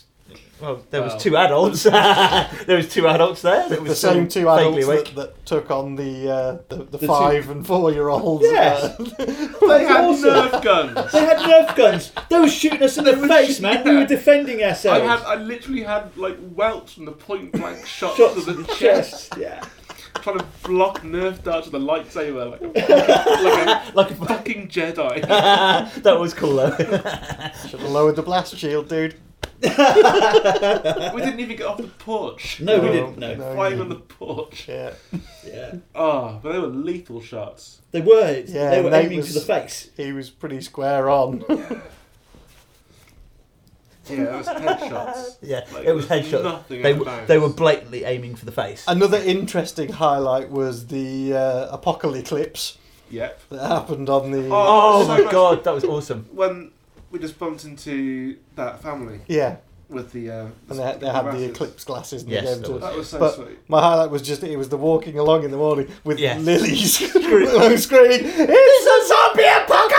C: Well, there was
A: Well.
C: two adults. there was two adults there. That was
B: the same
C: still
B: two
C: vaguely
B: adults
C: awake.
B: that, that took on the uh, the, the,
F: The two-
B: five and four year olds.
C: Yes.
A: They had
F: awesome.
A: nerf guns.
F: They had nerf guns. They were shooting us in the face, man. We were defending
A: I
F: ourselves.
A: had, I literally had like welts from the point blank shots
F: Shots
A: to the
F: in the
A: chest,
F: chest. Yeah.
A: trying to block nerf darts with a lightsaber like a, like
C: Like
A: a
C: a,
A: fucking Jedi.
C: that was cool though.
B: Uh, Should have lowered the blast shield, dude.
A: we didn't even get off the porch.
F: No, we
B: No,
F: didn't. No.
B: no.
A: Flying on the porch.
B: Yeah.
F: Yeah.
A: Ah, but they were lethal shots.
F: They were.
B: Yeah,
F: they were
B: Nate
F: aiming
B: was-
F: for the face.
B: He was pretty square on.
A: Yeah, that was headshots.
C: Yeah,
A: Like,
C: it was
A: there's
C: headshots.
A: Nothing
C: They,
A: out of
C: w-
A: bounds.
C: they were blatantly aiming for the face.
B: Another interesting highlight was the uh, apocalypse eclipse
A: Yep.
B: that happened on
A: Oh.
B: the.
C: Oh
A: so
C: my
A: much-
C: god, that was awesome.
A: When we just bumped into that family
B: Yeah,
A: with the. Uh,
B: and they, they had the
A: glasses.
B: eclipse glasses and
C: Yes,
B: they gave
C: that
B: them to
C: was-
B: us.
A: That was so
B: But-
A: sweet.
B: My highlight was just it was the walking along in the morning with
C: Yes.
B: lilies screaming, screaming, "It's a zombie apocalypse!"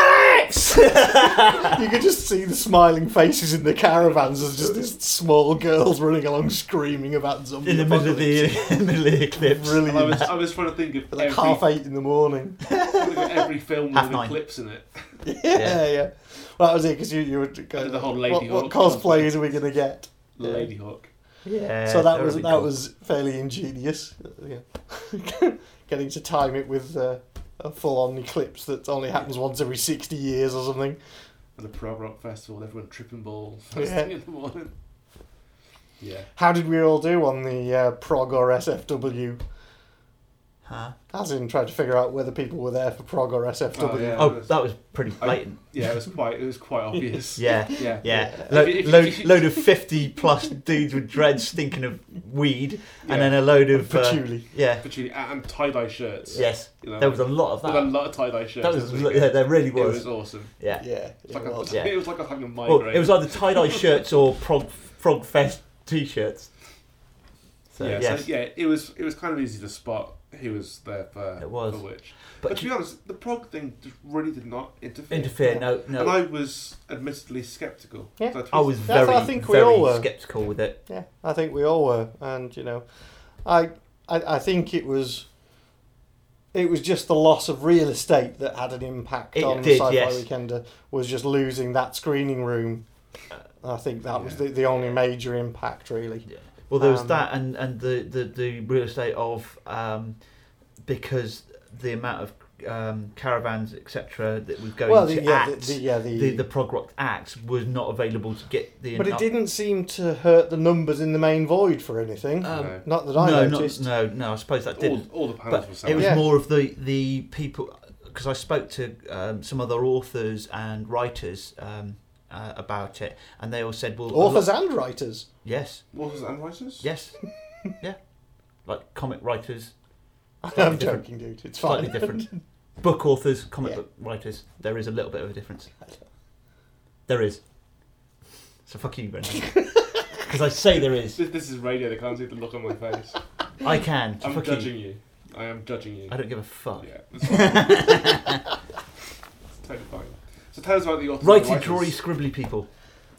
B: you could just see the smiling faces in the caravans as just these small girls running along screaming about zombie
C: In the middle of
B: apocalypse.
C: the, middle of the eclipse.
A: And I
B: Brilliant.
A: was, I was trying to think of
B: like
A: every,
B: half eight in the morning.
A: every film with
C: Half
A: an
C: nine.
A: eclipse in it.
B: Yeah, yeah. Well, that was it because you you were going,
A: the whole
B: what,
A: Lady
B: what
A: Hawk
B: cosplay is we gonna get?
A: The
B: Yeah.
A: Lady Hawk.
C: Yeah,
B: so that
C: would
B: was
C: be
B: that
C: cool.
B: was fairly ingenious. uh, Yeah. Getting to time it with uh, a full-on eclipse that only happens once every sixty years or something.
A: At the Prog Rock Festival, everyone tripping balls first
B: Yeah.
A: thing in the morning. Yeah.
B: How did we all do on the uh, prog or SFW?
C: Huh?
B: As in, trying to figure out whether people were there for prog or SFW.
A: Oh, yeah.
C: Oh, that was pretty blatant.
A: Yeah, it was quite it was quite obvious.
C: Yeah.
A: Yeah.
C: Yeah,
A: Yeah.
C: Lo-
A: If you- if
C: load,
A: you-
C: load of fifty plus dudes with dreads stinking of weed, and then a load of uh,
B: Patchouli.
C: yeah,
A: Between and tie dye shirts.
C: yes,
A: You know,
C: there was a lot of
A: with a
C: that.
A: lot of tie dye shirts.
C: That was
A: this
C: yeah,
A: weekend.
C: there really
A: It
C: was.
A: was awesome.
C: Yeah,
B: Yeah,
A: It's
B: it
A: like a,
B: was.
C: yeah.
A: It was like a fucking migraine.
C: well, it was either tie dye shirts or prog frog fest t-shirts. So
A: yeah,
C: yes,
A: so, yeah, it was it was kind of easy to spot who was there for
C: It was.
A: for which. But,
C: but
A: to be honest, the prog thing just really did not interfere.
C: interfere? No, no.
A: And I was admittedly sceptical.
B: Yeah.
A: So
C: I was
B: That's
C: very,
B: what I think we
C: very
B: all were.
C: sceptical with it.
B: Yeah, I think we all were, and you know, I, I, I think it was. It was just the loss of real estate that had an impact
C: It
B: on
C: did,
B: the Sci-Fi
C: yes.
B: Weekender. Was just losing that screening room. I think that was
A: Yeah.
B: the, the only major impact, really.
C: Well, there was
B: Um,
C: that, and and the, the the real estate of um, because the amount of um, caravans etc that was going
B: well,
C: to
B: the, yeah, the,
C: act.
B: the- yeah, the,
C: the, the prog rock acts was not available to get the
B: but it
C: enough-
B: didn't seem to hurt the numbers in the main void for anything.
C: um,
A: no.
B: not that I
C: no, not,
B: noticed.
C: no, no. I suppose that
A: all,
C: didn't.
A: all the panels
C: But
A: were
C: it
A: selling.
C: was
B: Yeah.
C: more of the the people because I spoke to um, some other authors and writers um, uh, about it, and they all said, "Well, a lot-
B: Authors and writers.
C: yes,
A: What was it, Unwriters?
C: yes, yeah, like comic writers,
B: I'm
C: Slightly different.
B: joking, dude. It's
C: slightly
B: fine.
C: different. Book authors, comic
B: Yeah.
C: book writers, there is a little bit of a difference. There is. So fuck you, Brendan. Because I say there is.
A: This, this is radio, they can't see the look on my face.
C: I can. So
A: I'm
C: fuck you.
A: judging you. I am judging you.
C: I don't give a fuck.
A: Yeah. It's fine. It's totally fine. So tell us about the authors. and
C: Righty,
A: writers.
C: drawy, scribbly people.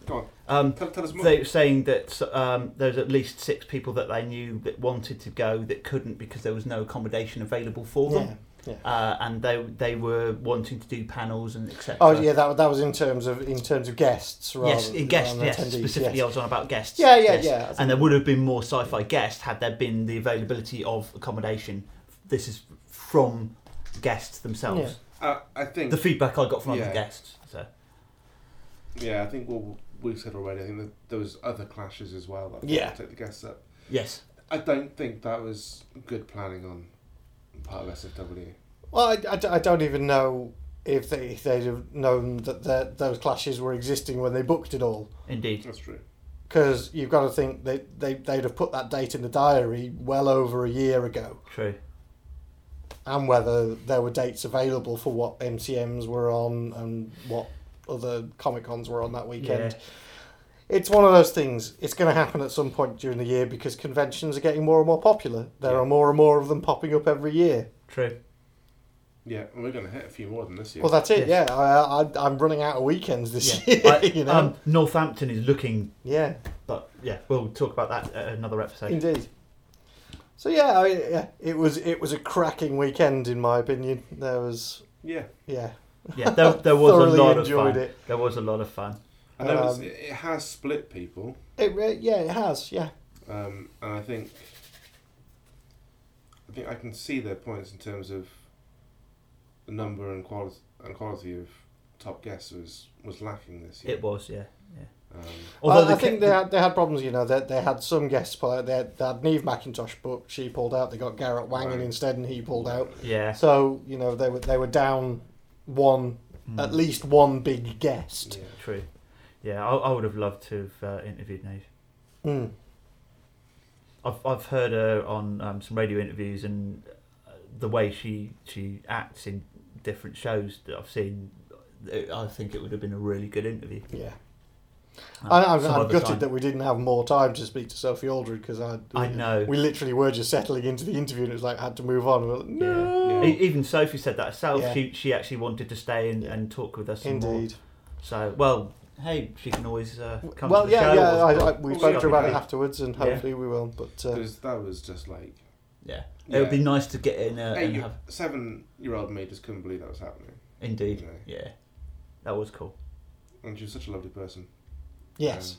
A: Go on.
C: Um,
A: Tell, tell us more.
C: they were saying that um, there's at least six people that they knew that wanted to go that couldn't because there was no accommodation available for them.
B: Yeah.
C: Uh, and they they were wanting to do panels and etc.
B: Oh yeah, that, that was in terms of in terms of guests, rather
C: Yes,
B: than
C: guests.
B: than
C: Yes,
B: attendees,
C: specifically, I
B: yes.
C: was on about guests.
B: Yeah, yeah,
C: yes.
B: yeah.
C: And there would have been more sci-fi guests had there been the availability of accommodation. This is from guests themselves.
A: Uh, I think.
C: The feedback I got from
A: Yeah.
C: other guests. So
A: yeah, I think we'll we've said already, I think that there was other clashes as well that
B: Yeah.
A: took the guests up.
C: Yes.
A: I don't think that was good planning on part of SFW.
B: Well, I, I d- I don't even know if they if they'd have known that the- those clashes were existing when they booked it all.
C: Indeed.
A: That's true.
B: Because you've got to think they, they, they'd have put that date in the diary well over a year ago,
C: True.
B: and whether there were dates available for what MCMs were on and what other Comic Cons were on that weekend.
C: Yeah.
B: It's one of those things, it's going to happen at some point during the year because conventions are getting more and more popular. There
C: Yeah.
B: are more and more of them popping up every year.
C: True.
A: Yeah, and we're going to hit a few more than this year.
B: Well, that's it, yeah. I, I, I'm running out of weekends this
C: Yeah.
B: year,
C: I-
B: you know.
C: um, Northampton is looking,
B: yeah.
C: but yeah, we'll talk about that at another episode.
B: Indeed. So yeah, I, yeah, it was it was a cracking weekend in my opinion. There was
A: yeah,
B: yeah,
C: Yeah, there, there was a
B: Thoroughly
C: lot of
B: enjoyed
C: fun.
B: it.
C: There was a lot of fun.
A: I know it's,
B: Um,
A: it it has split people,
B: it re- yeah it has yeah
A: um, and I think I think I can see their points in terms of the number and quality and quality of top guests was was lacking this year.
C: It was, yeah.
A: Um,
B: Although
C: the
B: I think
C: ca-
B: they had they had problems. You know, they, they had some guests pull out. They had, they had Neve McIntosh, but she pulled out. They got Garrett Wang in
A: Right.
B: instead, and he pulled out.
C: yeah,
B: So you know they were they were down one
C: Hmm.
B: at least one big guest.
A: yeah.
C: mm, true. Yeah, I, I would have loved to have uh, interviewed Nate.
B: Hmm.
C: I've I've heard her on um, some radio interviews and uh, the way she she acts in different shows that I've seen. uh, I think it would have been a really good interview.
B: Yeah,
C: Um,
B: I, I'm,
C: some
B: I'm
C: other
B: gutted
C: time.
B: that we didn't have more time to speak to Sophie Aldred because I
C: I know.
B: we literally were just settling into the interview and it was like had to move on. We were like, no,
A: Yeah.
C: E- Even Sophie said that herself.
B: Yeah.
C: She she actually wanted to stay and,
B: Yeah.
C: and talk with us. some more.
B: indeed.
C: So well, hey, she can always uh, come
B: well,
C: to the
B: yeah,
C: show.
B: yeah.
C: or-
B: I, I, we
A: Well,
B: spoke
A: yeah,
B: to her about it
A: yeah.
B: afterwards, and
C: Yeah.
B: hopefully we will. But uh,
A: 'Cause that was just like
C: yeah.
A: Yeah.
C: It would be nice to get in uh,
A: eight
C: and
A: year,
C: have.
A: seven year old me just couldn't believe that was happening.
C: Indeed.
A: Yeah.
C: Yeah. That was cool.
A: And she was such a lovely person.
B: yes,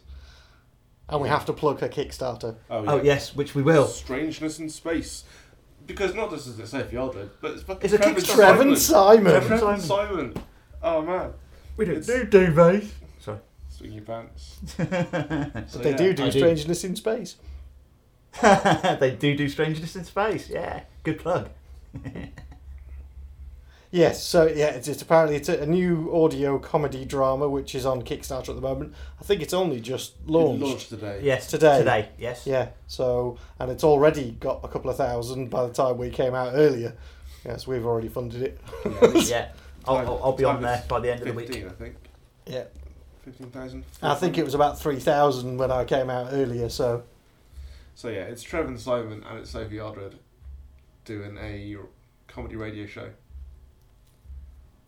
B: and we
A: yeah.
B: have to plug her Kickstarter.
A: Oh, yeah.
C: Oh yes, which we will.
A: Strangeness in space. Because not just is it Sophie Aldred, but it's fucking
C: It's a
A: Trevor Simon.
C: Kickstarter.
B: Trevor Simon.
C: Trevor-
A: Trevor Simon. Oh man.
C: We
A: don't do
C: duvets. Sorry.
A: Swing your pants. So,
B: But they
A: yeah.
B: do do
C: I do.
B: strangeness in space.
C: they do do strangeness in space. Yeah. Good plug.
B: Yes, so yeah, it's, it's apparently it's a, a new audio comedy drama which is on Kickstarter at the moment. I think it's only just
A: It
B: launched.
A: launched today.
C: Yes.
B: Today.
C: Today. Yes.
B: Yeah, so and it's already got a couple of thousand by the time we came out earlier. Yes, we've already funded it.
A: Yeah.
C: Yeah. I'll, I'll, I'll be on there by the end of the week.
A: 15, I think.
B: Yeah,
A: 15,000.
B: I think it was about three thousand when I came out earlier. So
A: So yeah, it's Trevor Simon and it's Sophie Aldred doing a comedy radio show.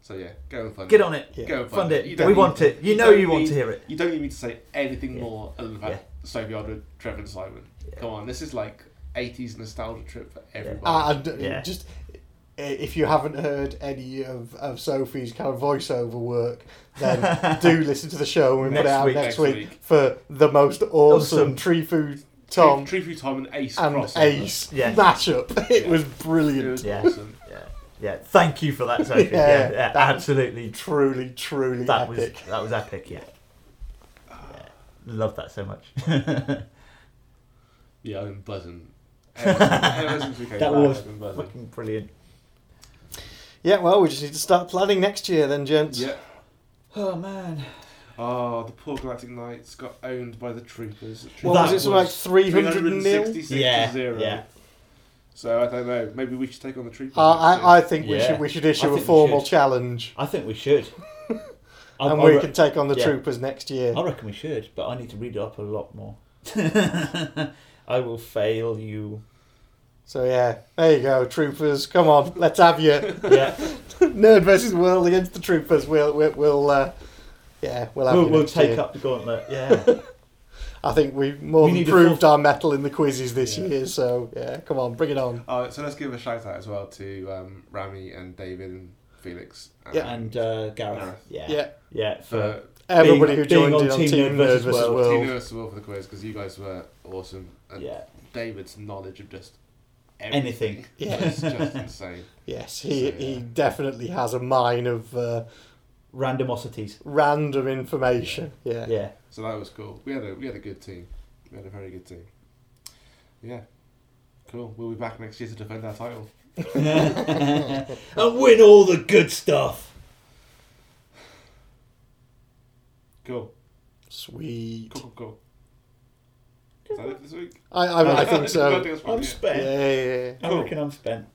A: So yeah, go and fund
C: Get
A: it.
C: on it.
B: Yeah.
A: Go and
C: Fund
A: You
C: it.
A: don't
C: We
A: need
C: want
A: to-
C: it. You know
A: don't
C: you want
A: need-
C: to hear it.
A: You don't need me to say anything
C: Yeah.
A: more other than the fact Sophie Aldred, Trevor Simon.
C: Yeah.
A: Come on, this is like 80s nostalgia trip for everybody.
C: Ah,
B: uh, and
C: Yeah.
B: just if you haven't heard any of, of Sophie's kind of voiceover work, then do listen to the show when we put
C: Next
B: it out
C: week,
B: next,
A: next
B: week,
A: week.
B: for the most awesome,
C: Awesome.
B: tree food
A: Tree-
B: Tom
A: Tree Fruit Tom and Ace
B: and
A: crossover.
B: Ace
C: Yeah.
B: matchup. It
A: Yeah.
B: was
A: It
B: brilliant.
A: was
C: Yeah.
A: awesome.
C: Yeah. Yeah. Thank you for that, Sophie.
B: Yeah,
C: yeah. yeah,
B: that-
C: absolutely.
B: Truly, truly
C: That
B: epic.
C: was that was epic. Yeah. yeah. Love that so much.
A: Yeah, I've been buzzing. Ever since- ever since we came
G: That
A: back,
G: was
A: I've been buzzing.
C: Fucking brilliant.
B: Yeah, well, we just need to start planning next year then, gents.
A: Yeah.
C: Oh man.
A: Oh, the poor Galactic Knights got owned by the Troopers. The
B: What
A: Troopers
B: was it, something like 300 nil?
A: 366
C: Yeah,
A: to zero.
C: yeah.
A: So I don't know. Maybe we should take on the Troopers.
B: Uh, I, I think we
C: Yeah.
B: should we should
C: I
B: issue a
C: think we
B: formal
C: should.
B: challenge,
C: I think we should. I,
B: and
C: I
B: we
C: re-
B: can take on the
C: yeah.
B: troopers next year.
C: I reckon we should, but I need to read it up a lot more. I will fail you.
B: So yeah, there you go, troopers. Come on, let's have you.
C: Yeah,
B: Nerd versus world against the troopers. We'll we'll, we'll uh, yeah, we'll have
C: we'll,
B: you
C: we'll
B: next
C: take
B: year.
C: up the gauntlet. Yeah,
B: I think we more
C: We
B: than
C: need a
B: proved
C: full-
B: our mettle in the quizzes this
A: Yeah.
B: year. So yeah, come on, bring it on.
A: Oh, so let's give a shout out as well to um, Rami and David and Felix. And
B: Yeah. uh,
C: and uh, Gareth.
A: Gareth.
C: Yeah,
B: Yeah,
C: yeah.
A: for
C: For
B: everybody who
C: being
B: joined
C: on
B: in on
C: Team
B: Team Nerd versus World.
A: Team Universe World for the quiz because you guys were awesome. And
C: yeah,
A: David's knowledge of just
C: Anything.
B: Yeah.
A: was just insane.
B: Yes, he
A: So,
B: he
A: yeah.
B: definitely has a mine of uh,
C: randomosities.
B: Random information. Yeah.
C: Yeah.
A: So that was cool. We had a we had a good team. We had a very good team. Yeah. Cool. We'll be back next year to defend our title.
C: and win all the good stuff.
A: Cool.
B: Sweet.
A: Cool, cool, cool. Is that it this week?
B: I, I, I think so.
A: think that's fine,
C: I'm
A: yeah.
B: Yeah,
C: spent.
B: yeah, yeah.
C: I reckon I'm spent.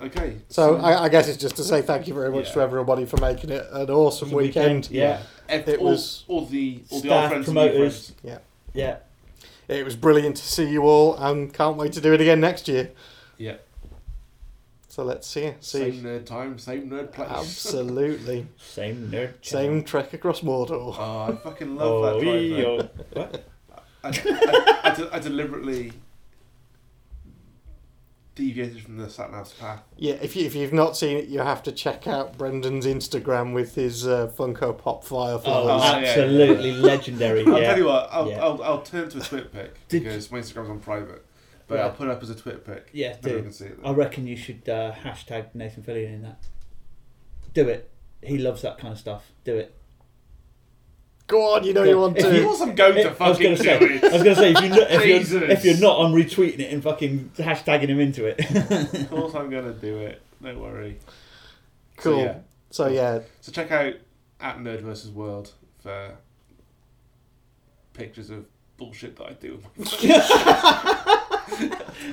A: Okay.
B: So I, I guess it's just to say thank you very much
A: Yeah.
B: to everybody for making it an awesome
C: Awesome
B: weekend.
C: weekend. Yeah.
A: Ev-
B: It
A: all,
B: was
A: all the all the
C: staff,
A: old friends and new
C: promoters.
A: friends.
C: Yeah.
B: It was brilliant to see you all, and can't wait to do it again next year.
A: Yeah.
B: So let's see you. See.
A: Same nerd time, same nerd place.
B: Absolutely.
C: Same nerd.
B: Same trek across Mordor.
A: Oh, I fucking love
C: Oh,
A: that drive. though.
C: yo.
A: I, I, I, de- I deliberately deviated from the sat nav's path.
B: Yeah, if, you, if you've not seen it, you have to check out Brendan's Instagram with his uh, Funko Pop
C: Oh,
A: Oh,
B: Fireflies.
A: yeah, yeah.
C: absolutely legendary.
A: I'll tell
C: Yeah.
A: you what, I'll,
C: Yeah.
A: I'll, I'll turn to a twit pic
C: Did-
A: because my Instagram's on private, but
C: Yeah.
A: I'll put it up as a twit pic.
C: Yeah,
A: Nobody
C: do.
A: can see it.
C: I reckon you should uh, hashtag Nathan Fillion in that. Do it. He loves that kind of stuff. Do it.
B: Go on, you know you want
C: If
A: Of
B: to.
C: you-
A: course I'm going to
C: I was
A: fucking do
C: going to say.
A: it.
C: I was going to say if you're, not, if,
A: Jesus.
C: you're, if you're not, I'm retweeting it and fucking hashtagging him into it.
A: Of course I'm going to do it. Don't worry.
B: Cool.
A: So, yeah.
B: So yeah,
A: So check out at Nerd versus World for pictures of bullshit that I do with my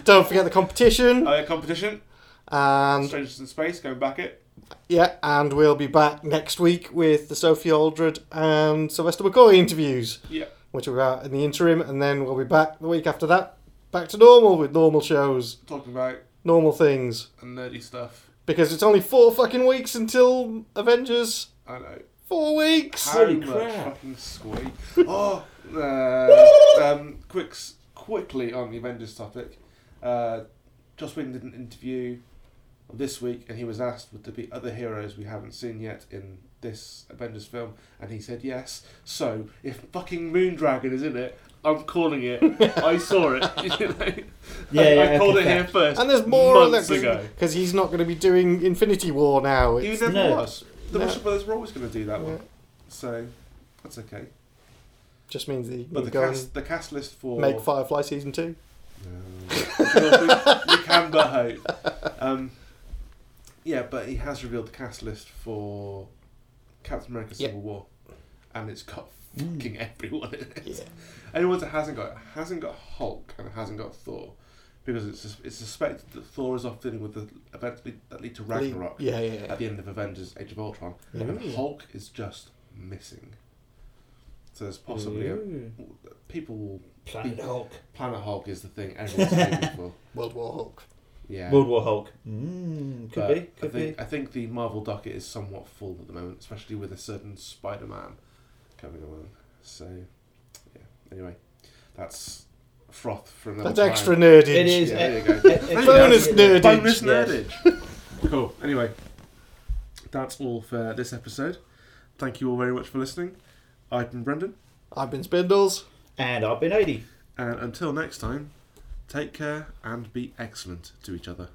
B: don't forget the competition,
A: uh, competition.
B: and
A: Strangers in Space, going back it.
B: yeah, and we'll be back next week with the Sophie Aldred and Sylvester McCoy interviews,
A: Yeah.
B: which will be out in the interim, and then we'll be back the week after that, back to normal with normal shows,
A: Talking about
B: normal things,
A: nerdy stuff.
B: because it's only four fucking weeks until Avengers.
A: I know.
B: Four weeks.
A: How
C: Holy
A: much
C: crap.
A: fucking squeak. Oh, uh, um, quick, quickly on the Avengers topic. Uh, Joss Whedon did an interview this week, and he was asked, "Would there be other heroes we haven't seen yet in this Avengers film?" And he said, "Yes." So if fucking Moondragon is in it, I'm calling it. I saw it. You know?
C: Yeah,
A: I,
C: yeah,
A: I called
C: okay,
A: it here
C: fair.
A: first.
B: And there's more of
A: months ago.
B: that because he's not going to be doing Infinity War now.
A: He
B: It's-
A: never
C: No.
A: was. The
B: No.
A: Russian brothers were always going to do that
B: Yeah.
A: one, so that's okay.
B: just means that he
A: But
B: can
A: the
B: go
A: cast, the cast list for
B: and make Firefly season two.
A: we, we can but hope. Um, yeah, but he has revealed the cast list for Captain America:
B: Yeah.
A: Civil War, and it's got
C: Mm.
A: fucking everyone in it.
B: Yeah.
A: Anyone that hasn't got it hasn't got Hulk and it hasn't got Thor, because it's sus- it's suspected that Thor is off dealing with the events lead- that lead to Ragnarok
B: Yeah, yeah, yeah.
A: at the end of Avengers: Age of Ultron, and
B: Ooh.
A: Hulk is just missing. So there's possibly a,
C: Ooh.
A: people will
C: Planet Hulk.
A: Planet Hulk is the thing everyone's hoping for.
B: World War Hulk.
A: Yeah.
C: World War Hulk. Mm, could
A: But
C: be. Could
A: I think
C: be.
A: I think the Marvel docket is somewhat full at the moment, especially with a certain Spider-Man coming along. So, yeah. Anyway, that's froth for another
B: That's
A: time.
B: extra nerdy.
C: It is.
A: Yeah, there you go.
C: it- it-
A: There you go.
B: Bonus nerdage.
A: Bonus
C: Yes.
A: nerdage. cool. Anyway, that's all for this episode. Thank you all very much for listening. I've been Brendan,
B: I've been Spindles.
C: And I've been 80.
A: and until next time, take care and be excellent to each other.